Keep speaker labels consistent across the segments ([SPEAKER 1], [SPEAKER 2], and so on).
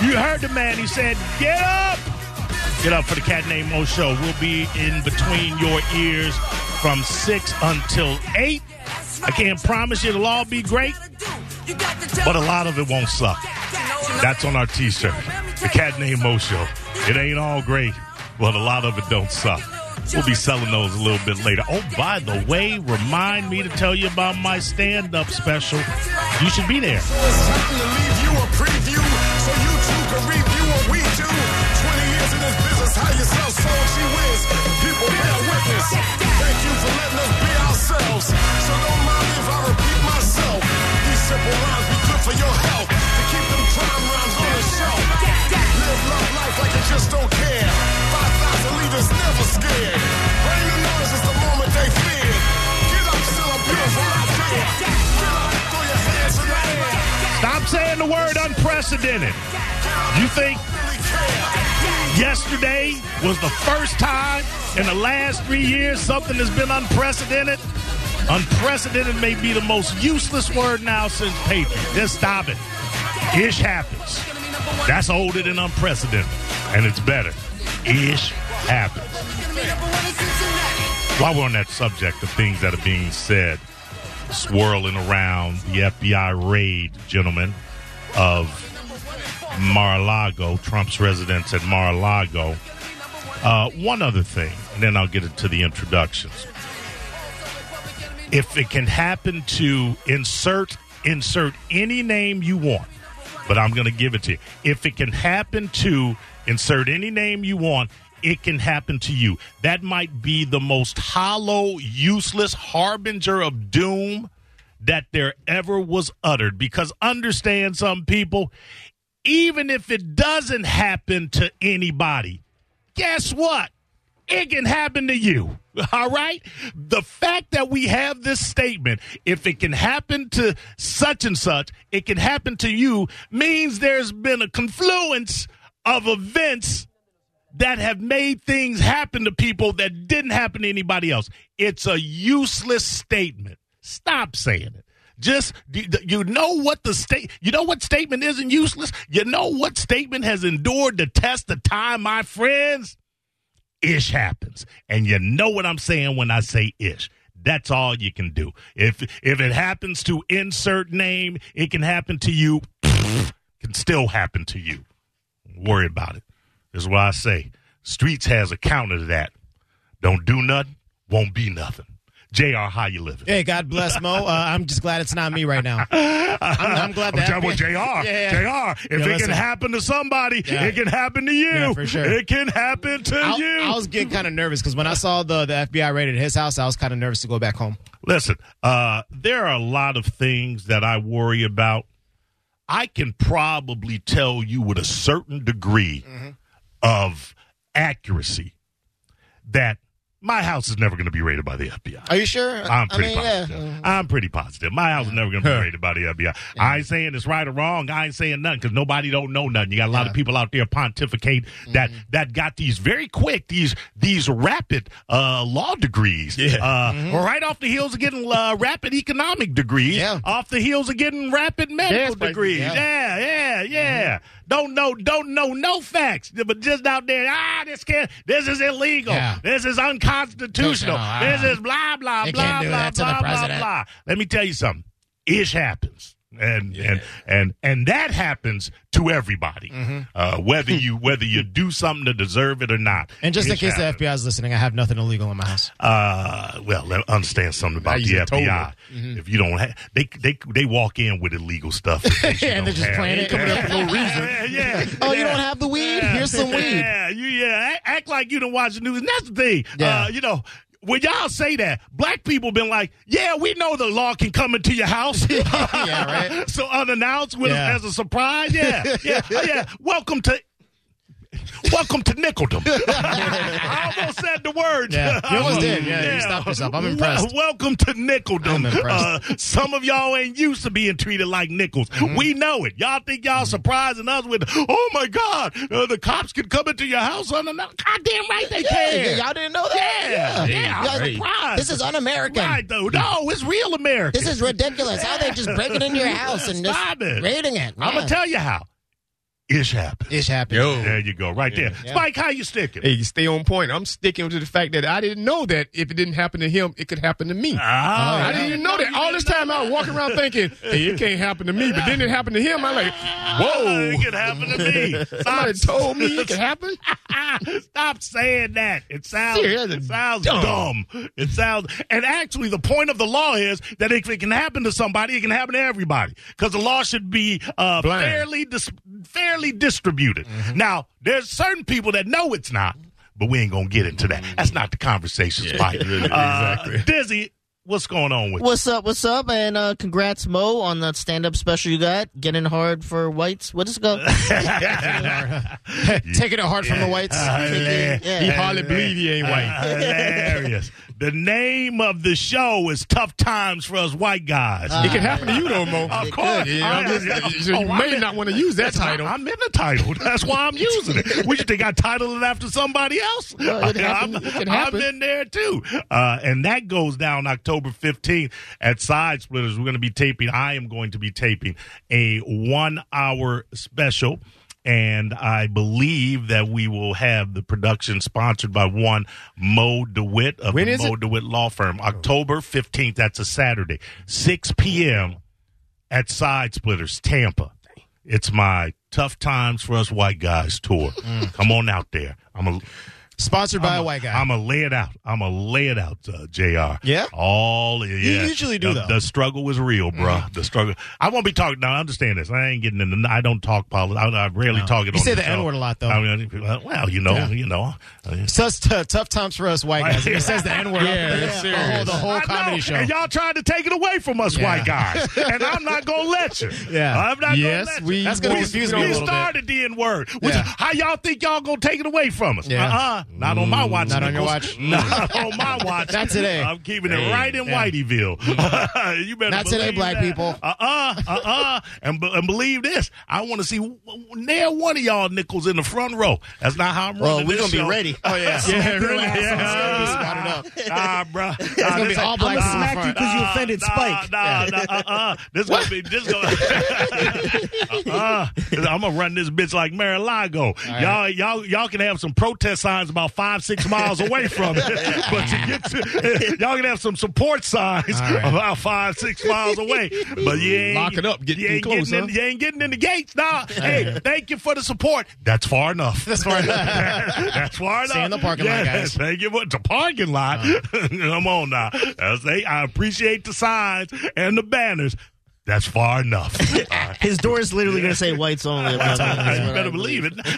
[SPEAKER 1] You heard the man. He said, Get up! Get up for the Cat Named Mo show. We'll be in between your ears from 6 until 8. I can't promise you it'll all be great, but a lot of it won't suck. That's on our t shirt. The Cat Named Mo show. It ain't all great, but a lot of it don't suck. We'll be selling those a little bit later. Oh, by the way, remind me to tell you about my stand up special. You should be there. Stop saying the word unprecedented. You think yesterday was the first time in the last three years something has been unprecedented? Unprecedented may be the most useless word now since paper. Just stop it. Ish happens. That's older than unprecedented, and it's better. Ish happens. While we're on that subject of things that are being said, swirling around the FBI raid, gentlemen, of Mar-a-Lago, Trump's residence at Mar-a-Lago. Uh, one other thing, and then I'll get into the introductions. If it can happen to insert insert any name you want, but I'm going to give it to you. If it can happen to insert any name you want, it can happen to you. That might be the most hollow, useless harbinger of doom that there ever was uttered. Because understand some people, even if it doesn't happen to anybody, guess what? It can happen to you. All right? The fact that we have this statement, if it can happen to such and such, it can happen to you, means there's been a confluence of events that have made things happen to people that didn't happen to anybody else. It's a useless statement. Stop saying it. Just you- you know what the state you know what statement isn't useless. You know what statement has endured the test of time, my friends. Ish happens, and you know what I'm saying when I say ish. That's all you can do. If if it happens to insert name, it can happen to you. Can still happen to you worry about it. That's why I say streets has a counter to that. Don't do nothing, won't be nothing. Jr. How you living?
[SPEAKER 2] Hey, God bless Mo. Uh, I'm just glad it's not me right now. I'm glad that-
[SPEAKER 1] I'm talking about Jr.
[SPEAKER 2] Yeah,
[SPEAKER 1] Jr. If
[SPEAKER 2] Yeah,
[SPEAKER 1] it
[SPEAKER 2] listen.
[SPEAKER 1] can happen to somebody,
[SPEAKER 2] Yeah.
[SPEAKER 1] it can happen to you.
[SPEAKER 2] Yeah, for sure.
[SPEAKER 1] It can happen to
[SPEAKER 2] I,
[SPEAKER 1] you.
[SPEAKER 2] I was getting kind of nervous because when I saw the, the FBI raid at his house, I was kind of nervous to go back home.
[SPEAKER 1] Listen, uh, there are a lot of things that I worry about. I can probably tell you with a certain degree of accuracy that my house is never going to be raided by the FBI.
[SPEAKER 2] Are you sure?
[SPEAKER 1] I'm
[SPEAKER 2] I
[SPEAKER 1] pretty
[SPEAKER 2] mean,
[SPEAKER 1] positive.
[SPEAKER 2] yeah.
[SPEAKER 1] I'm pretty positive. My house is never going to be raided by the FBI. I ain't saying it's right or wrong. I ain't saying nothing because nobody don't know nothing. You got a lot of people out there pontificate
[SPEAKER 2] Mm-hmm.
[SPEAKER 1] that that got these very quick, these these rapid uh, law degrees. Yeah. Uh,
[SPEAKER 2] Mm-hmm.
[SPEAKER 1] Right off the heels of getting uh, rapid economic degrees.
[SPEAKER 2] Yeah.
[SPEAKER 1] Off the heels of getting rapid medical
[SPEAKER 2] it's like-
[SPEAKER 1] degrees.
[SPEAKER 2] yeah. Mm-hmm.
[SPEAKER 1] Yeah, yeah, yeah. Don't know, don't know no facts, but just out there. Ah, this can't. This is illegal.
[SPEAKER 2] Yeah.
[SPEAKER 1] This is unconstitutional.
[SPEAKER 2] No, uh,
[SPEAKER 1] this is blah blah
[SPEAKER 2] They
[SPEAKER 1] blah
[SPEAKER 2] can't do
[SPEAKER 1] blah
[SPEAKER 2] that to the
[SPEAKER 1] blah blah
[SPEAKER 2] president.
[SPEAKER 1] blah. Let me tell you something. Ish happens, and and and and that happens to everybody,
[SPEAKER 2] Mm-hmm.
[SPEAKER 1] uh, whether you whether you do something to deserve it or not.
[SPEAKER 2] And just in
[SPEAKER 1] Ish
[SPEAKER 2] case the
[SPEAKER 1] happens.
[SPEAKER 2] FBI is listening, I have nothing illegal in my house.
[SPEAKER 1] Uh, well, let- understand something about
[SPEAKER 3] you
[SPEAKER 1] the
[SPEAKER 3] just told
[SPEAKER 1] FBI.
[SPEAKER 2] Mm-hmm.
[SPEAKER 1] If you don't have, they they they walk in with illegal stuff, in case you
[SPEAKER 2] And they're
[SPEAKER 1] don't
[SPEAKER 2] just
[SPEAKER 1] have
[SPEAKER 2] playing it. Coming up with no
[SPEAKER 1] Yeah, yeah.
[SPEAKER 2] Oh, you
[SPEAKER 1] yeah.
[SPEAKER 2] don't have the weed?
[SPEAKER 1] Yeah.
[SPEAKER 2] Here's some weed.
[SPEAKER 1] Yeah, you yeah. Act, act like you don't watch the news. And that's the thing.
[SPEAKER 2] Yeah.
[SPEAKER 1] Uh, you know, when y'all say that, black people been like, "Yeah, we know the law can come into your house."
[SPEAKER 2] Yeah, right.
[SPEAKER 1] so unannounced with
[SPEAKER 2] Yeah.
[SPEAKER 1] as a surprise. Yeah, yeah, oh, yeah. Welcome to. Welcome to Nickeldom. I almost said the word.
[SPEAKER 2] Yeah, you almost
[SPEAKER 1] I
[SPEAKER 2] did. Yeah, you stopped yourself. I'm impressed.
[SPEAKER 1] Wel- welcome to Nickeldom.
[SPEAKER 2] I'm impressed. Mm-hmm.
[SPEAKER 1] Uh, some of y'all ain't used to being treated like nickels. We know it. Y'all think y'all surprising us with, oh my God, uh, the cops can come into your house on the God damn right they
[SPEAKER 2] Yeah,
[SPEAKER 1] can.
[SPEAKER 2] y'all didn't know
[SPEAKER 1] yeah,
[SPEAKER 2] that?
[SPEAKER 1] yeah,
[SPEAKER 2] Y'all-
[SPEAKER 1] I'm surprised.
[SPEAKER 2] This is un-American.
[SPEAKER 1] right, though. No, it's real America.
[SPEAKER 2] This is ridiculous. How they just breaking into your house and just
[SPEAKER 1] Stop it.
[SPEAKER 2] raiding it.
[SPEAKER 1] I'm
[SPEAKER 2] Yeah.
[SPEAKER 1] gonna tell you how. Ish happened.
[SPEAKER 2] Ish happened.
[SPEAKER 3] Yo.
[SPEAKER 1] There you go, right there.
[SPEAKER 2] Yeah.
[SPEAKER 1] Spike, how you sticking?
[SPEAKER 3] Hey, stay on point. I'm sticking to the fact that I didn't know that if it didn't happen to him, it could happen to me.
[SPEAKER 1] Ah,
[SPEAKER 3] I didn't even know that. All this time I was walking around thinking, hey, it can't happen to me. But then it happened to him. I'm like,
[SPEAKER 1] Oh, it
[SPEAKER 3] whoa.
[SPEAKER 1] could happen to me. ah,
[SPEAKER 3] Somebody told me it could happen.
[SPEAKER 1] Stop saying that. It sounds
[SPEAKER 3] Serious,
[SPEAKER 1] it
[SPEAKER 3] it's
[SPEAKER 1] sounds dumb.
[SPEAKER 3] dumb.
[SPEAKER 1] It sounds and actually the point of the law is that if it can happen to somebody, it can happen to everybody because the law should be uh,
[SPEAKER 3] Blind.
[SPEAKER 1] fairly dis- fairly distributed.
[SPEAKER 3] Mm-hmm.
[SPEAKER 1] Now there's certain people that know it's not, but we ain't gonna get into that. That's not the conversation, Spike.
[SPEAKER 3] exactly.
[SPEAKER 1] Uh, Dizzy, what's going on with? you?
[SPEAKER 4] What's up? What's up? And uh, congrats, Mo, on that stand-up special you got. Getting hard for whites. What is it called?
[SPEAKER 2] Taking it hard from the whites.
[SPEAKER 1] Hilarious.
[SPEAKER 4] Yeah. He
[SPEAKER 3] hardly believe he ain't white.
[SPEAKER 1] Hilarious. The name of the show is Tough Times for Us White Guys.
[SPEAKER 3] It could happen to you, though, Mo.
[SPEAKER 1] Of course.
[SPEAKER 3] Yeah, I'm just- so you
[SPEAKER 1] Oh, I'm
[SPEAKER 3] may
[SPEAKER 1] in-
[SPEAKER 3] not want to use that
[SPEAKER 1] That's why
[SPEAKER 3] title.
[SPEAKER 1] I'm in the title. That's why I'm using it. Would you think I titled it after somebody else?
[SPEAKER 4] Well, it happened.
[SPEAKER 1] I'm,
[SPEAKER 4] It can
[SPEAKER 1] I'm
[SPEAKER 4] happen.
[SPEAKER 1] in there too. Uh, and that goes down October 15th at Side Splitters. We're going to be taping, I am going to be taping a one hour special. And I believe that we will have the production sponsored by one Mo DeWitt of
[SPEAKER 3] When
[SPEAKER 1] the
[SPEAKER 3] is
[SPEAKER 1] Mo DeWitt Law Firm. October 15th, that's a Saturday, 6 p.m at Side Splitters, Tampa. It's my Tough Times for Us White Guys tour.
[SPEAKER 3] Mm.
[SPEAKER 1] Come on out there. I'm a,
[SPEAKER 2] Sponsored by a white guy.
[SPEAKER 1] I'm gonna lay it out. I'm gonna lay it out, uh, Jr.
[SPEAKER 2] Yeah?
[SPEAKER 1] all yeah.
[SPEAKER 2] usually do,
[SPEAKER 1] the,
[SPEAKER 2] though. Mm.
[SPEAKER 1] The struggle is real, bruh. The struggle. I won't be talking. Now, understand this. I ain't getting in. The, I don't talk politics. I, I rarely talk it.
[SPEAKER 2] You
[SPEAKER 1] on
[SPEAKER 2] say
[SPEAKER 1] this
[SPEAKER 2] the
[SPEAKER 1] show.
[SPEAKER 2] N-word a lot, though.
[SPEAKER 1] I mean, well, you know, you know.
[SPEAKER 2] Such t- tough times for us white guys. He says the N word.
[SPEAKER 3] Yeah, that's
[SPEAKER 2] the whole, the whole
[SPEAKER 1] I
[SPEAKER 2] comedy
[SPEAKER 1] know,
[SPEAKER 2] show.
[SPEAKER 1] and y'all trying to take it away from us
[SPEAKER 2] Yeah.
[SPEAKER 1] white guys, and I'm not gonna let you.
[SPEAKER 2] Yeah.
[SPEAKER 1] I'm not
[SPEAKER 3] Yes,
[SPEAKER 1] gonna let you.
[SPEAKER 3] we
[SPEAKER 2] That's gonna
[SPEAKER 1] We-
[SPEAKER 2] confuse
[SPEAKER 1] we
[SPEAKER 2] me a little bit.
[SPEAKER 1] started the N word. Which
[SPEAKER 2] Yeah.
[SPEAKER 1] is how y'all think y'all gonna take it away from us?
[SPEAKER 2] Yeah. Mm,
[SPEAKER 1] Uh-uh. Not on my watch.
[SPEAKER 2] Not on your
[SPEAKER 1] Nichols.
[SPEAKER 2] watch.
[SPEAKER 1] Not on my watch.
[SPEAKER 2] Not today. Mm-hmm.
[SPEAKER 1] I'm keeping it right in Whiteyville. you better
[SPEAKER 2] Not today,
[SPEAKER 1] believe
[SPEAKER 2] black
[SPEAKER 1] that.
[SPEAKER 2] people.
[SPEAKER 1] Uh-uh. Uh-uh. and, be- and believe this. I want to see w- w- nail one of y'all nickels in the front row. That's not how I'm
[SPEAKER 4] Well,
[SPEAKER 1] running
[SPEAKER 4] we're
[SPEAKER 1] this
[SPEAKER 4] gonna be
[SPEAKER 1] show.
[SPEAKER 4] ready.
[SPEAKER 2] oh, yeah.
[SPEAKER 1] Yeah, really.
[SPEAKER 2] Yeah.
[SPEAKER 1] Yeah. Nah, bro. It's
[SPEAKER 2] gonna be all blacks in the
[SPEAKER 5] Smacked you 'cause you offended
[SPEAKER 1] nah,
[SPEAKER 5] Spike.
[SPEAKER 1] Nah, nah, uh, uh. This gonna be this gonna. uh, I'm gonna run this bitch like Marilago. Y'all, y'all, y'all can have some protest signs about five, six miles away from it, but you get to, y'all can have some support signs
[SPEAKER 2] right.
[SPEAKER 1] about five, six miles away. But you ain't
[SPEAKER 3] Locking up, getting
[SPEAKER 1] you ain't
[SPEAKER 3] close,
[SPEAKER 1] getting in,
[SPEAKER 3] huh?
[SPEAKER 1] You ain't getting in the gates, nah. Hey, thank you for the support. That's far enough.
[SPEAKER 2] That's far enough.
[SPEAKER 1] That's far enough.
[SPEAKER 2] See you in the parking lot, guys.
[SPEAKER 1] Thank you. for- It's a parking lot. Come on now. That's, hey, I appreciate the signs and the banners. That's far enough. Uh,
[SPEAKER 4] His door is literally going to say whites only.
[SPEAKER 1] I you better believe it. No, no,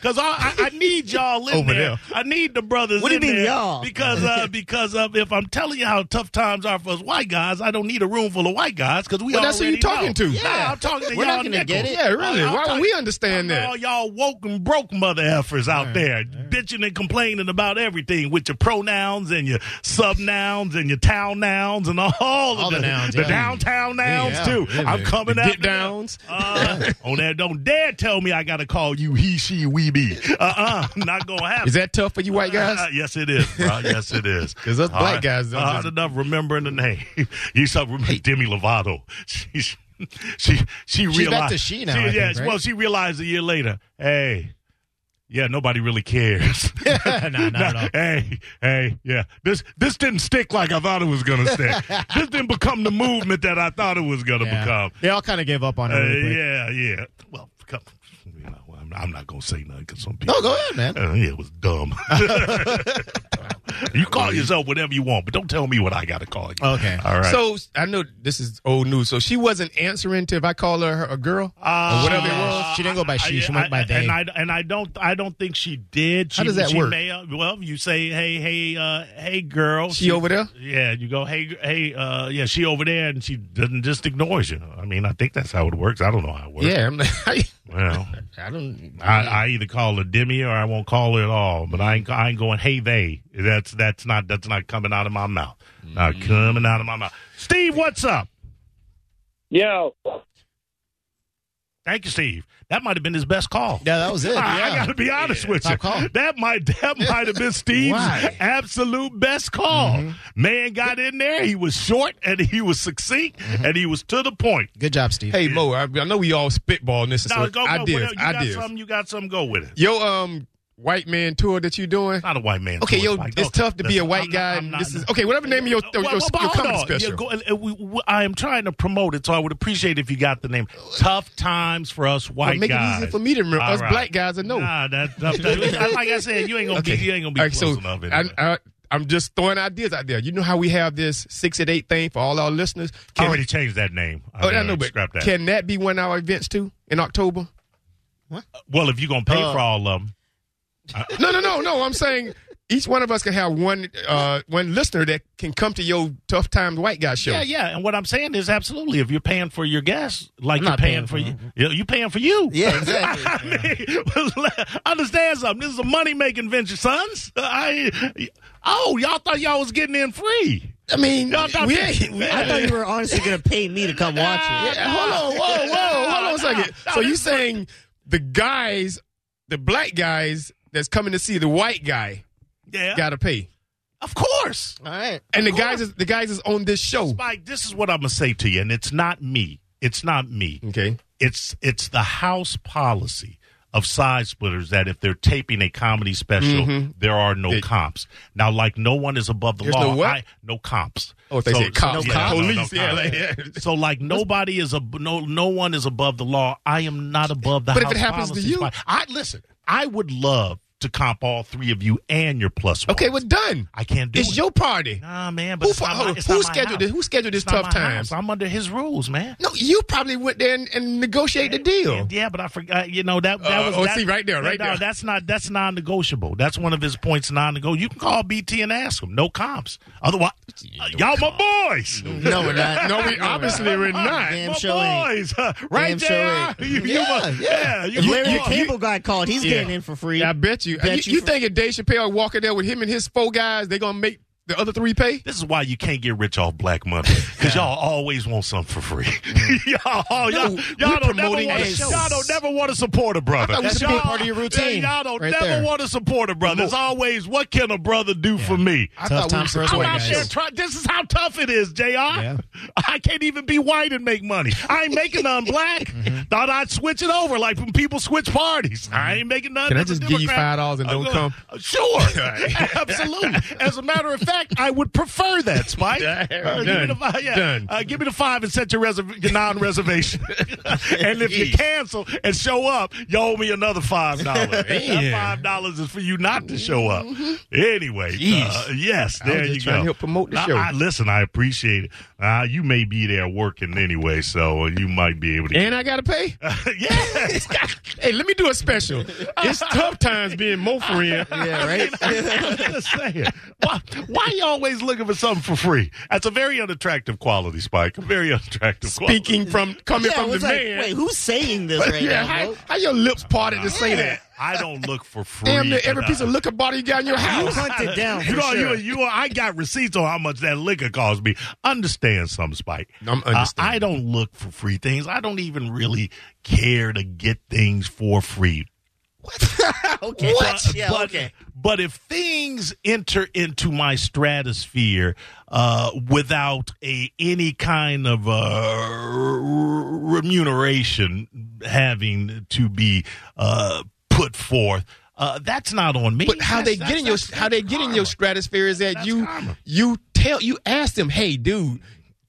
[SPEAKER 1] because I, I, I need y'all in
[SPEAKER 3] Over
[SPEAKER 1] there.
[SPEAKER 3] there.
[SPEAKER 1] I need the brothers.
[SPEAKER 5] What do you
[SPEAKER 1] in
[SPEAKER 5] mean,
[SPEAKER 1] there
[SPEAKER 5] y'all?
[SPEAKER 1] Because uh, because of if I'm telling you how tough times are for us white guys, I don't need a room full of white guys because we
[SPEAKER 3] Well,
[SPEAKER 1] already
[SPEAKER 3] that's who you talking
[SPEAKER 1] know.
[SPEAKER 3] to.
[SPEAKER 1] Yeah,
[SPEAKER 3] Yeah.
[SPEAKER 1] I'm talking to
[SPEAKER 4] We're
[SPEAKER 1] y'all.
[SPEAKER 4] not gonna get
[SPEAKER 1] nickels.
[SPEAKER 4] it.
[SPEAKER 3] Yeah, really.
[SPEAKER 1] I'm
[SPEAKER 3] Why
[SPEAKER 1] talking-
[SPEAKER 3] would we understand
[SPEAKER 1] I'm All
[SPEAKER 3] that?
[SPEAKER 1] y'all woke and broke mother effers out there, bitching and complaining about everything with your pronouns and your subnouns and your town nouns and all,
[SPEAKER 2] All
[SPEAKER 1] of
[SPEAKER 2] the nouns,
[SPEAKER 1] the
[SPEAKER 2] yeah.
[SPEAKER 1] downtown nouns
[SPEAKER 2] Yeah,
[SPEAKER 1] too.
[SPEAKER 3] yeah,
[SPEAKER 1] I'm
[SPEAKER 3] the-
[SPEAKER 1] coming
[SPEAKER 3] the
[SPEAKER 1] out
[SPEAKER 3] get downs.
[SPEAKER 1] Uh, on that, don't dare tell me I got to call you he, she, we, be. Uh, uh not gonna happen.
[SPEAKER 3] Is that tough for you white guys?
[SPEAKER 1] Uh, yes, it is, bro. Yes, it is.
[SPEAKER 3] 'Cause us
[SPEAKER 1] All
[SPEAKER 3] black guys don't
[SPEAKER 1] hard
[SPEAKER 3] just-
[SPEAKER 1] enough remembering the name. you saw remember Demi Lovato. She she she, she
[SPEAKER 2] She's
[SPEAKER 1] realized.
[SPEAKER 2] back to she now, I think,
[SPEAKER 1] yes.
[SPEAKER 2] right?
[SPEAKER 1] Well, she realized a year later. Hey. Yeah, nobody really cares.
[SPEAKER 2] nah, not at all.
[SPEAKER 1] hey, hey, yeah. This this didn't stick like I thought it was gonna stick. this didn't become the movement that I thought it was gonna
[SPEAKER 2] Yeah.
[SPEAKER 1] become.
[SPEAKER 2] They all kind of gave up on it.
[SPEAKER 1] Uh,
[SPEAKER 2] really quick.
[SPEAKER 1] yeah, yeah. Well, come, you know, I'm, I'm not gonna say nothing because some people.
[SPEAKER 2] No, Oh, go ahead, man.
[SPEAKER 1] Uh, yeah, it was dumb. you call yourself whatever you want, but don't tell me what I got to call you.
[SPEAKER 2] Okay.
[SPEAKER 1] All right.
[SPEAKER 3] So I know this is old news. So she wasn't answering to if I call her a girl.
[SPEAKER 1] Uh,
[SPEAKER 2] Or whatever it was. She didn't go by she, she went by
[SPEAKER 1] I,
[SPEAKER 2] they.
[SPEAKER 1] And I and I don't I don't think she did. She,
[SPEAKER 2] How does that
[SPEAKER 1] she
[SPEAKER 2] work?
[SPEAKER 1] May, uh, well, you say hey hey uh, hey girl.
[SPEAKER 3] she over there.
[SPEAKER 1] Yeah, you go hey hey uh, yeah she over there and she doesn't just ignores you. I mean, I think that's how it works. I don't know how it works.
[SPEAKER 3] Yeah, I'm like, I,
[SPEAKER 1] Well,
[SPEAKER 3] I don't.
[SPEAKER 1] I, I either call her Demi or I won't call her at all. But I ain't, I ain't going. Hey, they. That's that's not that's not coming out of my mouth. Not
[SPEAKER 2] Mm-hmm.
[SPEAKER 1] coming out of my mouth. Steve, what's up?
[SPEAKER 6] Yo,
[SPEAKER 1] Thank you, Steve. That might have been his best call.
[SPEAKER 2] Yeah, that was it.
[SPEAKER 1] I, I
[SPEAKER 2] Yeah.
[SPEAKER 1] got to be honest with you.
[SPEAKER 2] Top call.
[SPEAKER 1] That might that might have been Steve's
[SPEAKER 2] Why? Mm-hmm.
[SPEAKER 1] absolute best call. Man got in there. He was short and he was succinct
[SPEAKER 2] Mm-hmm.
[SPEAKER 1] and he was to the point.
[SPEAKER 2] Good job, Steve.
[SPEAKER 3] Hey Mo, I, I know we all spitballing this. and
[SPEAKER 1] Now
[SPEAKER 3] stuff.
[SPEAKER 1] go, go.
[SPEAKER 3] ideas,
[SPEAKER 1] whatever. You
[SPEAKER 3] ideas.
[SPEAKER 1] got something. You got something. Go with it.
[SPEAKER 3] Your um white man tour that you doing?
[SPEAKER 1] Not a white man.
[SPEAKER 3] Okay,
[SPEAKER 1] too,
[SPEAKER 3] yo,
[SPEAKER 1] Mike.
[SPEAKER 3] it's
[SPEAKER 1] No,
[SPEAKER 3] tough to be
[SPEAKER 1] listen,
[SPEAKER 3] a white
[SPEAKER 1] I'm not-
[SPEAKER 3] guy.
[SPEAKER 1] I'm
[SPEAKER 3] and
[SPEAKER 1] not-
[SPEAKER 3] this is okay. Whatever name of your your,
[SPEAKER 1] Well,
[SPEAKER 3] your,
[SPEAKER 1] well,
[SPEAKER 3] your
[SPEAKER 1] hold
[SPEAKER 3] comedy
[SPEAKER 1] on. Yeah,
[SPEAKER 3] special.
[SPEAKER 1] go- uh, we- we- I am trying to promote it, so I would appreciate if you got the name. Tough times for us white
[SPEAKER 3] But Oh, make
[SPEAKER 1] guys.
[SPEAKER 3] it easy for me to remember.
[SPEAKER 1] All
[SPEAKER 3] Us
[SPEAKER 1] right.
[SPEAKER 3] black guys are no.
[SPEAKER 1] Nah, that, that- that- like I said, you ain't gonna be you ain't gonna be
[SPEAKER 3] All right,
[SPEAKER 1] close
[SPEAKER 3] so
[SPEAKER 1] enough.
[SPEAKER 3] I,
[SPEAKER 1] anyway.
[SPEAKER 3] I, I'm just throwing ideas out there. You know how we have this six at eight thing for all our listeners.
[SPEAKER 1] I already changed that name.
[SPEAKER 3] oh,
[SPEAKER 1] already
[SPEAKER 3] I know, but
[SPEAKER 1] scrapped that.
[SPEAKER 3] can that be one of our events too in October?
[SPEAKER 1] well, if you're gonna pay
[SPEAKER 4] Uh,
[SPEAKER 1] for all of them,
[SPEAKER 3] No, no, no, no. I'm saying each one of us can have one uh, one listener that can come to your tough times white guy show.
[SPEAKER 1] yeah, yeah. And what I'm saying is, absolutely, if you're paying for your gas, like
[SPEAKER 4] I'm
[SPEAKER 1] you're
[SPEAKER 4] not
[SPEAKER 1] paying,
[SPEAKER 4] paying
[SPEAKER 1] for
[SPEAKER 4] for
[SPEAKER 1] you, you, you paying for you.
[SPEAKER 4] Yeah, exactly.
[SPEAKER 1] I mean, understand something. This is a money making venture, sons. I oh, y'all thought y'all was getting in free.
[SPEAKER 3] I mean,
[SPEAKER 1] Y'all thought
[SPEAKER 3] we
[SPEAKER 1] that-
[SPEAKER 3] ain't. we-
[SPEAKER 4] I thought you were honestly going to pay me to come watch it.
[SPEAKER 3] Yeah, hold on, whoa, whoa, hold on a second.
[SPEAKER 1] No,
[SPEAKER 3] So
[SPEAKER 1] this
[SPEAKER 3] you
[SPEAKER 1] is
[SPEAKER 3] saying the guys, the black guys that's coming to see the white guy,
[SPEAKER 1] Yeah,
[SPEAKER 3] gotta pay,
[SPEAKER 1] of course.
[SPEAKER 4] All right.
[SPEAKER 3] and the guys is the guys is on this show.
[SPEAKER 1] Mike, this is what I'm gonna say to you, and it's not me. It's not me.
[SPEAKER 3] Okay.
[SPEAKER 1] It's it's the house policy of side splitters that if they're taping a comedy special, there are no
[SPEAKER 3] Mm-hmm. It-
[SPEAKER 1] comps. Now, like no one is above the
[SPEAKER 3] There's
[SPEAKER 1] law.
[SPEAKER 3] no what?
[SPEAKER 1] I- no comps.
[SPEAKER 3] Oh, if they said cops, like police, yeah, like, yeah.
[SPEAKER 1] So like nobody is ab- no no one is above the law. I am not above the.
[SPEAKER 3] But if
[SPEAKER 1] house
[SPEAKER 3] it happens to
[SPEAKER 1] policy
[SPEAKER 3] you?
[SPEAKER 1] spot. I listen. I would love to comp all three of you and your plus one.
[SPEAKER 3] Okay, well done.
[SPEAKER 1] I can't do
[SPEAKER 3] It's
[SPEAKER 1] it.
[SPEAKER 3] your party.
[SPEAKER 1] Nah, man. But
[SPEAKER 3] Who,
[SPEAKER 1] it's
[SPEAKER 3] fu-
[SPEAKER 1] not my-
[SPEAKER 3] hold on,
[SPEAKER 1] it's
[SPEAKER 3] who
[SPEAKER 1] not my
[SPEAKER 3] scheduled this?
[SPEAKER 1] house.
[SPEAKER 3] Who scheduled this
[SPEAKER 1] It's not
[SPEAKER 3] tough
[SPEAKER 1] my
[SPEAKER 3] times?
[SPEAKER 1] house. I'm under his rules, man.
[SPEAKER 3] No, you probably went there and, and negotiated the deal.
[SPEAKER 1] Yeah, but I forgot. You know that that
[SPEAKER 3] Uh,
[SPEAKER 1] was
[SPEAKER 3] oh,
[SPEAKER 1] that-
[SPEAKER 3] see, right there, right
[SPEAKER 1] no,
[SPEAKER 3] there.
[SPEAKER 1] That's not that's non-negotiable. That's one of his points. Non-negotiable. You can call BT and ask him. No comps. Otherwise, uh, y'all my boys.
[SPEAKER 4] Uh, No, we're not.
[SPEAKER 3] No, we obviously were not.
[SPEAKER 4] Damn
[SPEAKER 1] my
[SPEAKER 4] sure ain't.
[SPEAKER 1] boys, Huh, right
[SPEAKER 4] Damn sure
[SPEAKER 1] there.
[SPEAKER 4] ain't.
[SPEAKER 1] You, you
[SPEAKER 4] Yeah,
[SPEAKER 1] my-
[SPEAKER 4] yeah.
[SPEAKER 1] you,
[SPEAKER 4] If Larry
[SPEAKER 1] you-
[SPEAKER 4] the Cable Guy called, he's getting in for free.
[SPEAKER 3] I bet you.
[SPEAKER 4] Bet
[SPEAKER 3] you,
[SPEAKER 4] you
[SPEAKER 3] you
[SPEAKER 4] for-
[SPEAKER 3] think if Dave Chappelle walking there with him and his four guys, they gonna make the other three pay?
[SPEAKER 1] This is why you can't get rich off Black Monday because y'all always want something for free. y'all, y'all,
[SPEAKER 3] No,
[SPEAKER 1] y'all
[SPEAKER 3] we're
[SPEAKER 1] don't never
[SPEAKER 3] promoting
[SPEAKER 1] want
[SPEAKER 3] a
[SPEAKER 1] to.
[SPEAKER 3] show.
[SPEAKER 1] Y'all don't never want to support a brother.
[SPEAKER 3] I thought we
[SPEAKER 1] That's
[SPEAKER 3] should be a
[SPEAKER 1] y'all-
[SPEAKER 2] part of your routine.
[SPEAKER 1] Y'all don't
[SPEAKER 2] Right
[SPEAKER 1] never
[SPEAKER 2] there.
[SPEAKER 1] want to support a brother. It's always what can a brother do for me.
[SPEAKER 3] I
[SPEAKER 2] Tough
[SPEAKER 3] thought
[SPEAKER 2] times
[SPEAKER 3] we
[SPEAKER 2] for
[SPEAKER 3] were
[SPEAKER 2] us
[SPEAKER 1] I'm
[SPEAKER 2] Boy,
[SPEAKER 1] out
[SPEAKER 2] guys.
[SPEAKER 1] there trying. This is how tough it is, Jr. I can't even be white and make money. I ain't making none black.
[SPEAKER 3] Mm-hmm.
[SPEAKER 1] Thought I'd switch it over, like when people switch parties. I ain't making none.
[SPEAKER 3] Can I
[SPEAKER 1] as a
[SPEAKER 3] just give you
[SPEAKER 1] Democrat.
[SPEAKER 3] $5 and
[SPEAKER 1] I'm
[SPEAKER 3] don't
[SPEAKER 1] gonna-
[SPEAKER 3] come?
[SPEAKER 1] uh, Sure, absolutely. As a matter of fact, I would prefer that, Spike.
[SPEAKER 3] Yeah,
[SPEAKER 1] Uh, give, me
[SPEAKER 3] done,
[SPEAKER 1] the five, yeah.
[SPEAKER 3] done.
[SPEAKER 1] Uh, give me the five and set your, reserv- your non-reservation. and if you cancel and show up, you owe me another five dollars. that five dollars is for you not to show up. Anyway, uh, yes,
[SPEAKER 3] Mm-hmm. was
[SPEAKER 1] there
[SPEAKER 3] just
[SPEAKER 1] you
[SPEAKER 3] trying
[SPEAKER 1] go.
[SPEAKER 3] to help promote the
[SPEAKER 1] I-
[SPEAKER 3] show.
[SPEAKER 1] I- listen, I appreciate it. Uh, you may be there working anyway, so you might be able to.
[SPEAKER 3] And I gotta pay.
[SPEAKER 1] yes.
[SPEAKER 3] hey, let me do a special. It's tough times being Mo friend.
[SPEAKER 4] yeah, right?
[SPEAKER 1] I'm just saying. Why, why you always looking for something for free? That's a very unattractive quality, Spike. A very unattractive quality.
[SPEAKER 3] Speaking from coming
[SPEAKER 4] yeah, I
[SPEAKER 3] from the
[SPEAKER 4] was like,
[SPEAKER 3] man.
[SPEAKER 4] wait, who's saying this right
[SPEAKER 3] yeah,
[SPEAKER 4] now?
[SPEAKER 3] how,
[SPEAKER 4] bro?
[SPEAKER 3] how your lips parted to say that?
[SPEAKER 1] I don't look for free.
[SPEAKER 3] Damn near every
[SPEAKER 1] but
[SPEAKER 3] piece
[SPEAKER 1] I-
[SPEAKER 3] of liquor bottle you got in your house.
[SPEAKER 4] Hunted down.
[SPEAKER 1] You
[SPEAKER 4] for
[SPEAKER 1] know,
[SPEAKER 4] sure.
[SPEAKER 1] you, you, I got receipts on how much that liquor cost me. Understand something, Spike.
[SPEAKER 3] I'm
[SPEAKER 1] Uh,
[SPEAKER 3] understanding.
[SPEAKER 1] I don't look for free things. I don't even really care to get things for free.
[SPEAKER 4] okay.
[SPEAKER 1] But,
[SPEAKER 4] Yeah,
[SPEAKER 1] but,
[SPEAKER 4] okay.
[SPEAKER 1] but if things enter into my stratosphere uh, without a any kind of uh, remuneration having to be uh, put forth, uh, that's not on me.
[SPEAKER 3] But how
[SPEAKER 1] That's-
[SPEAKER 3] they
[SPEAKER 1] that's-
[SPEAKER 3] get in your
[SPEAKER 1] that's-
[SPEAKER 3] how they
[SPEAKER 1] that's
[SPEAKER 3] get in
[SPEAKER 1] karma.
[SPEAKER 3] your stratosphere is that
[SPEAKER 1] That's
[SPEAKER 3] you
[SPEAKER 1] karma.
[SPEAKER 3] you tell you ask them, hey dude,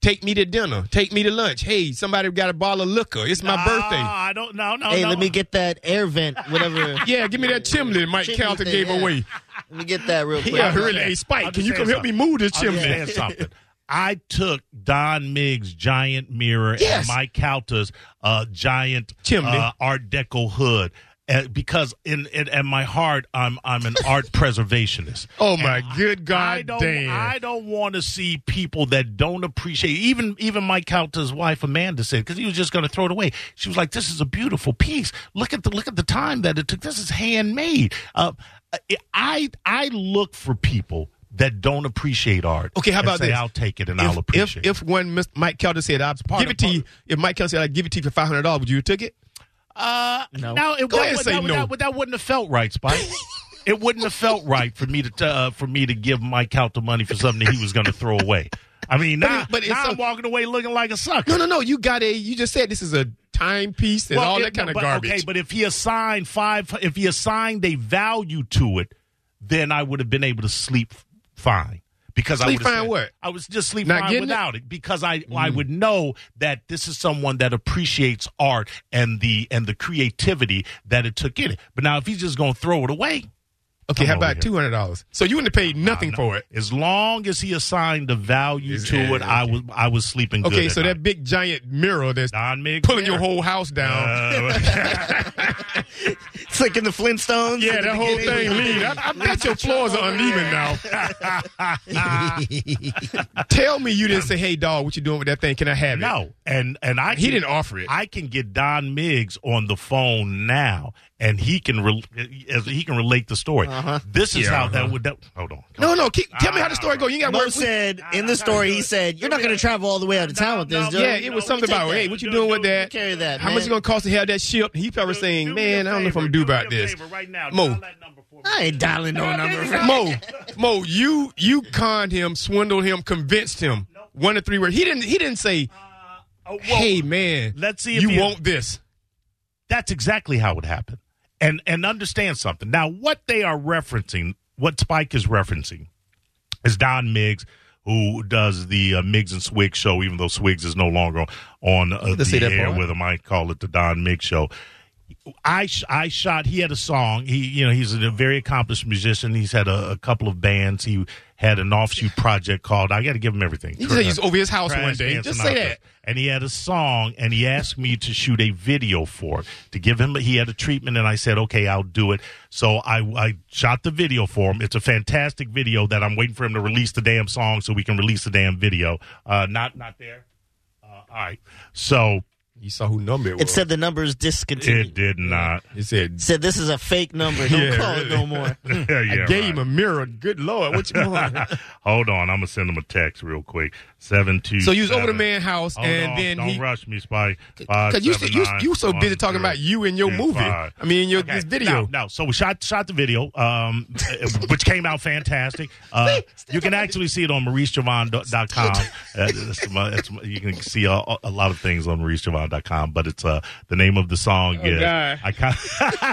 [SPEAKER 3] take me to dinner, take me to lunch. Hey, somebody got a bottle of liquor. It's my
[SPEAKER 1] No,
[SPEAKER 3] birthday.
[SPEAKER 1] Ah, I don't. No, no.
[SPEAKER 4] Hey,
[SPEAKER 1] no.
[SPEAKER 4] let me get that air vent, whatever.
[SPEAKER 3] Yeah, give me that chimney Mike
[SPEAKER 4] Chimney
[SPEAKER 3] Calter
[SPEAKER 4] thing,
[SPEAKER 3] gave
[SPEAKER 4] yeah.
[SPEAKER 3] away.
[SPEAKER 4] Let me get that real quick.
[SPEAKER 3] Yeah, really. Hey
[SPEAKER 1] I'm
[SPEAKER 3] Spike, can
[SPEAKER 1] just
[SPEAKER 3] you come
[SPEAKER 1] saying
[SPEAKER 3] help me move this chimney?
[SPEAKER 1] Understand something. I took Don Miggs' giant mirror
[SPEAKER 3] Yes.
[SPEAKER 1] and Mike Calta's uh, giant
[SPEAKER 3] Chimney.
[SPEAKER 1] uh, Art Deco hood. uh, because in, in in my heart, I'm I'm an art preservationist.
[SPEAKER 3] Oh my good
[SPEAKER 1] I
[SPEAKER 3] god
[SPEAKER 1] don't
[SPEAKER 3] damn.
[SPEAKER 1] I don't want to see people that don't appreciate. Even even Mike Calta's wife Amanda said because he was just going to throw it away. She was like, "This is a beautiful piece. Look at the look at the time that it took. This is handmade." Uh, I I look for people that don't appreciate art.
[SPEAKER 3] Okay, how
[SPEAKER 1] and
[SPEAKER 3] about
[SPEAKER 1] say,
[SPEAKER 3] this?
[SPEAKER 1] I'll take it and
[SPEAKER 3] if,
[SPEAKER 1] I'll appreciate.
[SPEAKER 3] if, if one Mr. Mike Calder said, "I give
[SPEAKER 1] of-
[SPEAKER 3] it to you," if Mike Calder said, "I give it to you for five hundred dollars," would you take it?
[SPEAKER 1] Uh,
[SPEAKER 4] No.
[SPEAKER 1] Now it
[SPEAKER 3] Go ahead
[SPEAKER 1] that,
[SPEAKER 3] and say
[SPEAKER 1] that-
[SPEAKER 3] no.
[SPEAKER 1] that- that wouldn't have felt right, Spike. it wouldn't have felt right for me to uh, for me to give Mike out the money for something he was going to throw away. I mean, now,
[SPEAKER 3] it- but it's
[SPEAKER 1] now
[SPEAKER 3] a-
[SPEAKER 1] I'm walking away looking like a sucker.
[SPEAKER 3] No, no, no. You got a. You just said this is a timepiece and
[SPEAKER 1] Well,
[SPEAKER 3] all
[SPEAKER 1] it-
[SPEAKER 3] that kind of
[SPEAKER 1] but-
[SPEAKER 3] garbage.
[SPEAKER 1] Okay, but if he assigned five, if he assigned a value to it, then I would have been able to sleep fine because I
[SPEAKER 3] Sleep
[SPEAKER 1] would have
[SPEAKER 3] fine
[SPEAKER 1] said-
[SPEAKER 3] what?
[SPEAKER 1] I was just sleep
[SPEAKER 3] Not
[SPEAKER 1] fine
[SPEAKER 3] getting it? Mm.
[SPEAKER 1] without it, because I I would know that this is someone that appreciates art and the and the creativity that it took in it. But now if he's just gonna throw it away,
[SPEAKER 3] okay, how
[SPEAKER 1] I'm over
[SPEAKER 3] about
[SPEAKER 1] here.
[SPEAKER 3] two hundred dollars? So you wouldn't have paid nothing for it.
[SPEAKER 1] as long as he assigned the value
[SPEAKER 3] Is-
[SPEAKER 1] to
[SPEAKER 3] yeah,
[SPEAKER 1] it, I was I was sleeping good.
[SPEAKER 3] Okay,
[SPEAKER 1] at
[SPEAKER 3] so
[SPEAKER 1] night.
[SPEAKER 3] that big giant mirror that's
[SPEAKER 1] non-mig
[SPEAKER 3] pulling your whole house down.
[SPEAKER 1] Uh,
[SPEAKER 4] It's like in the Flintstones.
[SPEAKER 3] yeah, that whole thing lean. I, I bet your floors are uneven now. Tell me you didn't say, "Hey, dog, what you doing with that thing? Can I have it?"
[SPEAKER 1] No, and and I
[SPEAKER 3] He didn't offer it.
[SPEAKER 1] I can get Don Miggs on the phone now, and he can re- as he can relate the story. This is
[SPEAKER 3] Yeah,
[SPEAKER 1] how
[SPEAKER 3] uh-huh.
[SPEAKER 1] that would. That, hold on. Come
[SPEAKER 3] No,
[SPEAKER 1] on.
[SPEAKER 3] no. Keep, tell
[SPEAKER 1] Ah.
[SPEAKER 3] me how the story goes. You got
[SPEAKER 4] Mo
[SPEAKER 3] work.
[SPEAKER 4] said in
[SPEAKER 1] nah,
[SPEAKER 4] the story,
[SPEAKER 1] nah,
[SPEAKER 4] he said, "You're not going to travel all the way out of town with
[SPEAKER 1] no,
[SPEAKER 4] this, dude."
[SPEAKER 3] yeah, it was something
[SPEAKER 4] Take
[SPEAKER 3] about,
[SPEAKER 4] that.
[SPEAKER 3] hey, what you
[SPEAKER 1] Yo,
[SPEAKER 3] doing
[SPEAKER 1] yo,
[SPEAKER 3] with
[SPEAKER 1] yo,
[SPEAKER 3] that?
[SPEAKER 4] Carry that.
[SPEAKER 3] How
[SPEAKER 4] man.
[SPEAKER 3] much it gonna cost to have that shipped? He probably saying,
[SPEAKER 1] Do me
[SPEAKER 3] "Man,
[SPEAKER 1] a
[SPEAKER 3] I don't know if
[SPEAKER 1] favor,
[SPEAKER 3] I'm gonna do
[SPEAKER 1] me a
[SPEAKER 3] about this."
[SPEAKER 1] favor Right now,
[SPEAKER 3] Mo.
[SPEAKER 1] dial that number for me.
[SPEAKER 4] I ain't dialing no number. For-
[SPEAKER 3] Mo, Mo, you you conned him, swindled him, convinced him. One to three words. He didn't. He didn't say,
[SPEAKER 1] Uh, well,
[SPEAKER 3] "Hey, man,
[SPEAKER 1] let's see if
[SPEAKER 3] you
[SPEAKER 1] he-
[SPEAKER 3] want this."
[SPEAKER 1] That's exactly how it happened. And and understand something. Now, what they are referencing, what Spike is referencing, is Don Miggs, who does the uh, Miggs and Swig show, even though Swigs is no longer on uh,
[SPEAKER 3] Let's say
[SPEAKER 1] the
[SPEAKER 3] that
[SPEAKER 1] air
[SPEAKER 3] part.
[SPEAKER 1] with him. I call it the Don Miggs show. I sh- I shot. He had a song. He you know he's a very accomplished musician. He's had a, a couple of bands. He had an offshoot project called. I got to give him everything.
[SPEAKER 3] He just said he's over his house one
[SPEAKER 1] Crash
[SPEAKER 3] day.
[SPEAKER 1] Dance
[SPEAKER 3] Just
[SPEAKER 1] Sinatra.
[SPEAKER 3] say that.
[SPEAKER 1] And he had a song, and he asked me to shoot a video for it. To give him, he had a treatment, and I said, okay, I'll do it. So I, I shot the video for him. It's a fantastic video that I'm waiting for him to release the damn song so we can release the damn video. Uh, not, not there. Uh, all right. So
[SPEAKER 3] You saw who number it was.
[SPEAKER 4] it said the number is discontinued.
[SPEAKER 1] it did not.
[SPEAKER 3] he said,
[SPEAKER 4] It said this is a fake number. Don't
[SPEAKER 3] Yeah,
[SPEAKER 4] call it
[SPEAKER 3] really.
[SPEAKER 4] no more.
[SPEAKER 1] Yeah,
[SPEAKER 3] "I
[SPEAKER 1] right.
[SPEAKER 3] gave him a mirror. Good lord, what you want?"
[SPEAKER 1] Hold on, I'm gonna send him a text real quick. Seven two.
[SPEAKER 3] so you was over the
[SPEAKER 1] seven-
[SPEAKER 3] man's house,
[SPEAKER 1] Hold
[SPEAKER 3] and
[SPEAKER 1] on,
[SPEAKER 3] then
[SPEAKER 1] don't
[SPEAKER 3] he.
[SPEAKER 1] rush me, Spike.
[SPEAKER 3] Because you, you you so busy talking about you and your
[SPEAKER 1] two,
[SPEAKER 3] movie.
[SPEAKER 1] five.
[SPEAKER 3] I mean, your
[SPEAKER 1] uh, Okay.
[SPEAKER 3] this video.
[SPEAKER 1] No, no. So we shot shot the video, um, uh, which came out fantastic. Uh, you can actually see it on mauricejavon.com. Uh, that's my, that's my, you can see a, a lot of things on mauricejavon.com, but it's uh, the name of the song. is
[SPEAKER 3] Oh, God.
[SPEAKER 1] I ki-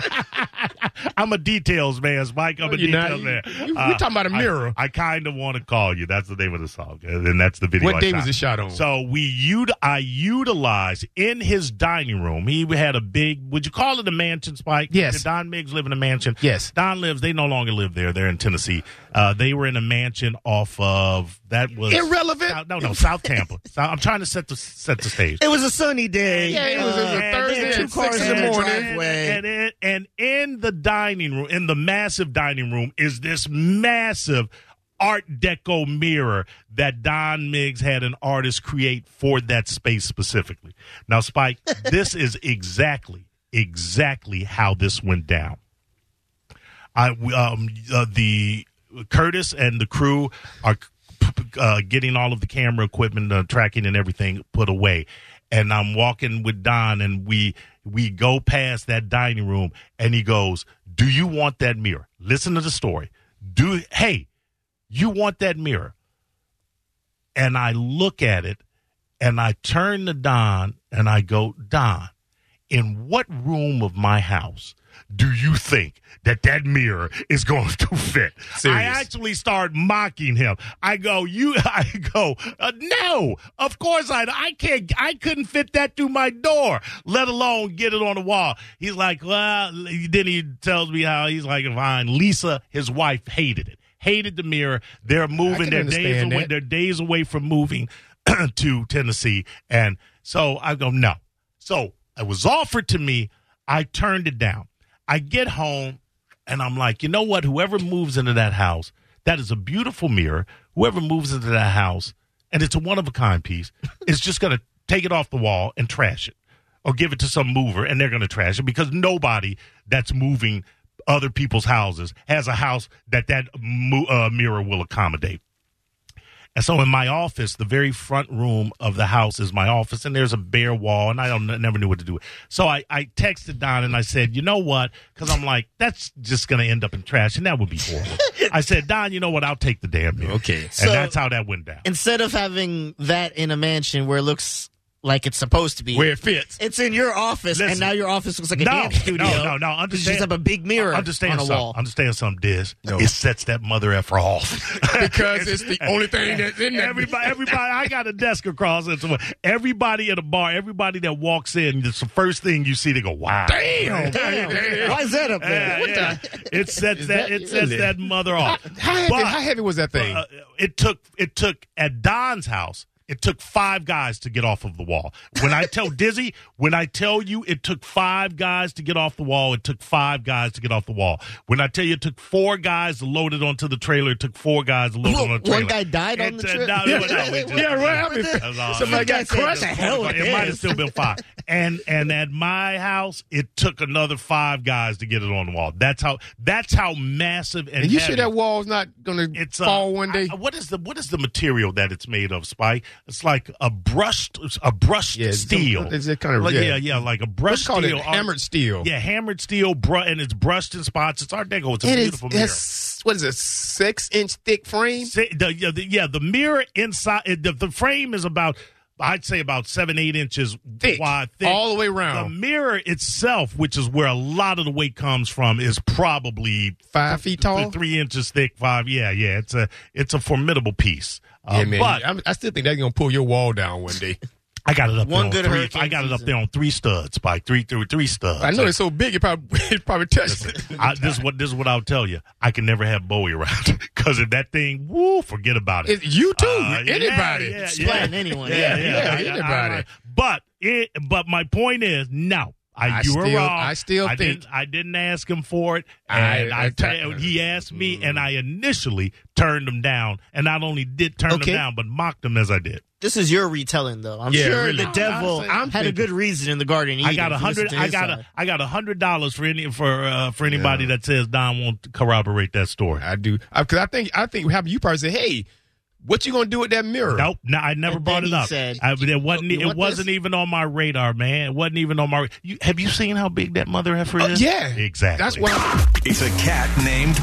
[SPEAKER 1] I'm a details man, Spike. I'm a
[SPEAKER 3] you're not.
[SPEAKER 1] details man. Uh,
[SPEAKER 3] You- you- we're talking about a
[SPEAKER 1] I-
[SPEAKER 3] mirror.
[SPEAKER 1] I, kind of want to call you. That's the name of the song, and then that's the video.
[SPEAKER 3] What
[SPEAKER 1] I
[SPEAKER 3] day
[SPEAKER 1] shot.
[SPEAKER 3] was it shot on?
[SPEAKER 1] So we ut- I utilized in his dining room. He had a big. Would you call it a mansion, Spike?
[SPEAKER 3] Yes.
[SPEAKER 1] Did Don Miggs live in a mansion.
[SPEAKER 3] Yes.
[SPEAKER 1] Don lives. They no longer live there. They're in Tennessee. Uh, they were in a mansion off of that was
[SPEAKER 3] Irrelevant.
[SPEAKER 1] No, no, South Tampa. So I'm trying to set the set the stage.
[SPEAKER 4] It was a sunny day. Uh,
[SPEAKER 3] Yeah, it was- it was a
[SPEAKER 1] And
[SPEAKER 3] Thursday
[SPEAKER 1] then
[SPEAKER 3] at
[SPEAKER 1] two
[SPEAKER 3] six
[SPEAKER 1] cars
[SPEAKER 3] in the
[SPEAKER 1] their
[SPEAKER 3] morning.
[SPEAKER 1] driveway. And, in- and in the dining room, in the massive dining room, is this massive Art Deco mirror that Don Miggs had an artist create for that space specifically. Now, Spike, this is exactly, exactly how this went down. I um uh, the Curtis and the crew are p- p- uh, getting all of the camera equipment, uh, tracking, and everything put away. And I'm walking with Don, and we we go past that dining room, and he goes, "Do you want that mirror? Listen to the story. Do hey, you want that mirror?" And I look at it, and I turn to Don, and I go, "Don, in what room of my house do you think that that mirror is going to fit? I
[SPEAKER 3] Serious.
[SPEAKER 1] actually start mocking him. I go, you, I go, uh, no, of course I, I can't, I couldn't fit that through my door, let alone get it on the wall. He's like, well, then he tells me how he's like, fine. Lisa, his wife, hated it, hated the mirror. They're moving. They're days
[SPEAKER 3] understand
[SPEAKER 1] away.
[SPEAKER 3] that.
[SPEAKER 1] They're days away from moving to Tennessee, and so I go, no. So it was offered to me. I turned it down. I get home and I'm like, you know what? Whoever moves into that house, that is a beautiful mirror. Whoever moves into that house, and it's a one of a kind piece, is just going to take it off the wall and trash it or give it to some mover and they're going to trash it because nobody that's moving other people's houses has a house that that mo- uh, mirror will accommodate. And so in my office, the very front room of the house is my office, and there's a bare wall, and I don't never knew what to do. with it. So I, I texted Don and I said, you know what? Because I'm like, that's just going to end up in trash, and that would be horrible. I said, Don, you know what? I'll take the damn mirror.
[SPEAKER 3] Okay.
[SPEAKER 1] And
[SPEAKER 4] So-
[SPEAKER 1] that's how that went down.
[SPEAKER 4] Instead of having that in a mansion where it looks like it's supposed to be,
[SPEAKER 3] Where it fits.
[SPEAKER 4] it's in your office, and
[SPEAKER 1] Listen.
[SPEAKER 4] now your office looks like a
[SPEAKER 1] No,
[SPEAKER 4] dance studio.
[SPEAKER 1] no, no, no,
[SPEAKER 4] Because
[SPEAKER 1] understand- Uh,
[SPEAKER 4] you just have a big mirror
[SPEAKER 1] Understand
[SPEAKER 4] on a
[SPEAKER 1] something.
[SPEAKER 4] wall.
[SPEAKER 1] Understand something, Diz. It sets that mother effer off.
[SPEAKER 3] Because it's the only thing that's in there.
[SPEAKER 1] everybody, everybody, I got a desk across it. So Everybody at a bar, everybody that walks in, it's the first thing you see. They go, "Wow,
[SPEAKER 3] Damn.
[SPEAKER 4] Damn, why is that up
[SPEAKER 1] Yeah,
[SPEAKER 4] there?
[SPEAKER 1] yeah. It sets that,
[SPEAKER 3] that
[SPEAKER 1] it sets
[SPEAKER 3] really?
[SPEAKER 1] that mother off.
[SPEAKER 3] How heavy,
[SPEAKER 1] But,
[SPEAKER 3] how heavy was that thing?
[SPEAKER 1] uh, it took it took at Don's house. It took five guys to get off of the wall. When I tell Dizzy, when I tell you it took five guys to get off the wall, it took five guys to get off the wall. When I tell you it took four guys loaded onto the trailer, it took four guys loaded onto the trailer.
[SPEAKER 4] One guy died on
[SPEAKER 1] It's,
[SPEAKER 4] the
[SPEAKER 1] uh,
[SPEAKER 4] trip?
[SPEAKER 1] no, no, no, we just-
[SPEAKER 3] yeah, right. I mean,
[SPEAKER 1] That was all.
[SPEAKER 3] somebody got
[SPEAKER 4] That's it.
[SPEAKER 3] crushed.
[SPEAKER 4] That's hell
[SPEAKER 1] it
[SPEAKER 4] it
[SPEAKER 1] might have
[SPEAKER 4] is.
[SPEAKER 1] still been five. And and at my house, it took another five guys to get it on the wall. That's how that's how massive and,
[SPEAKER 3] And you
[SPEAKER 1] heavy.
[SPEAKER 3] sure that wall's not going to
[SPEAKER 1] it's uh,
[SPEAKER 3] fall one day?
[SPEAKER 1] I- what is the what is the material that it's made of, Spike? It's like a brushed a brushed
[SPEAKER 3] Yeah, it's-
[SPEAKER 1] steel.
[SPEAKER 3] it's that kind of-
[SPEAKER 1] like,
[SPEAKER 3] yeah.
[SPEAKER 1] yeah, yeah, like a
[SPEAKER 3] Let's
[SPEAKER 1] brushed
[SPEAKER 3] call it
[SPEAKER 1] steel. uh,
[SPEAKER 3] hammered steel.
[SPEAKER 1] Yeah, hammered steel, bru- and it's brushed in spots. It's Art Deco. It's a
[SPEAKER 3] It is-
[SPEAKER 1] beautiful mirror.
[SPEAKER 3] it's- what is it? Six inch thick frame.
[SPEAKER 1] Say- the, yeah, the, yeah, the mirror inside, it- the, the frame is about, I'd say about seven, eight inches
[SPEAKER 3] Thick.
[SPEAKER 1] wide, thick.
[SPEAKER 3] All the way
[SPEAKER 1] the
[SPEAKER 3] around.
[SPEAKER 1] mirror itself, which is where a lot of the weight comes from, is probably
[SPEAKER 3] Five
[SPEAKER 1] th-
[SPEAKER 3] feet tall.
[SPEAKER 1] three inches thick. Five, yeah, yeah. It's a it's a formidable piece. Uh,
[SPEAKER 3] Yeah, man.
[SPEAKER 1] But
[SPEAKER 3] I'm, I still think that's going to pull your wall down one day.
[SPEAKER 1] I got it up
[SPEAKER 4] One
[SPEAKER 1] there
[SPEAKER 4] good
[SPEAKER 1] on three.
[SPEAKER 4] hurricane
[SPEAKER 1] I got it up
[SPEAKER 4] season.
[SPEAKER 1] there on three studs, Spike. Three, three, three studs.
[SPEAKER 3] I know it's so big, it probably, it probably touched it.
[SPEAKER 1] I, this is what this is what I'll tell you. I can never have Bowie around because if that thing, woo, forget about it.
[SPEAKER 3] It's you too.
[SPEAKER 1] Uh, yeah,
[SPEAKER 3] anybody.
[SPEAKER 1] yeah, yeah.
[SPEAKER 4] Splatting anyone.
[SPEAKER 1] Yeah, yeah,
[SPEAKER 3] yeah,
[SPEAKER 1] I- I-
[SPEAKER 3] anybody.
[SPEAKER 1] I- but it, but my point is, no, I,
[SPEAKER 3] I
[SPEAKER 1] you were
[SPEAKER 3] still-
[SPEAKER 1] wrong.
[SPEAKER 3] I still think-
[SPEAKER 1] didn't, I didn't ask him for it,
[SPEAKER 3] I- Mm-hmm.
[SPEAKER 1] and I,
[SPEAKER 3] I-
[SPEAKER 1] ta- he asked me, and I initially turned him down, and not only did turn
[SPEAKER 4] Okay.
[SPEAKER 1] him down, but mocked him as I did.
[SPEAKER 4] This is your retelling, though. I'm
[SPEAKER 3] Yeah,
[SPEAKER 4] sure
[SPEAKER 3] really.
[SPEAKER 4] the devil
[SPEAKER 3] I'm- I'm
[SPEAKER 4] had a
[SPEAKER 3] thinking-
[SPEAKER 4] good reason in the Garden. of
[SPEAKER 1] I
[SPEAKER 4] Eden
[SPEAKER 1] got a
[SPEAKER 4] if you listen
[SPEAKER 1] hundred.
[SPEAKER 4] to
[SPEAKER 1] I
[SPEAKER 4] his
[SPEAKER 1] got
[SPEAKER 4] side.
[SPEAKER 1] a. I got a hundred dollars for any for uh, for anybody that says Don won't corroborate that story.
[SPEAKER 3] I do because I, think I think what happened. You probably said, "Hey, what you gonna do with that mirror?"
[SPEAKER 1] Nope, no, I never
[SPEAKER 4] And
[SPEAKER 1] brought
[SPEAKER 4] then
[SPEAKER 1] it
[SPEAKER 4] he
[SPEAKER 1] up.
[SPEAKER 4] said,
[SPEAKER 1] I, it wasn't.
[SPEAKER 4] "You
[SPEAKER 1] It
[SPEAKER 4] want
[SPEAKER 1] wasn't
[SPEAKER 4] this?"
[SPEAKER 1] even on my radar, man. It wasn't even on my. You, have you seen how big that mother heifer
[SPEAKER 3] Uh,
[SPEAKER 1] is?
[SPEAKER 3] yeah.
[SPEAKER 1] exactly.
[SPEAKER 3] That's why.
[SPEAKER 5] It's a cat named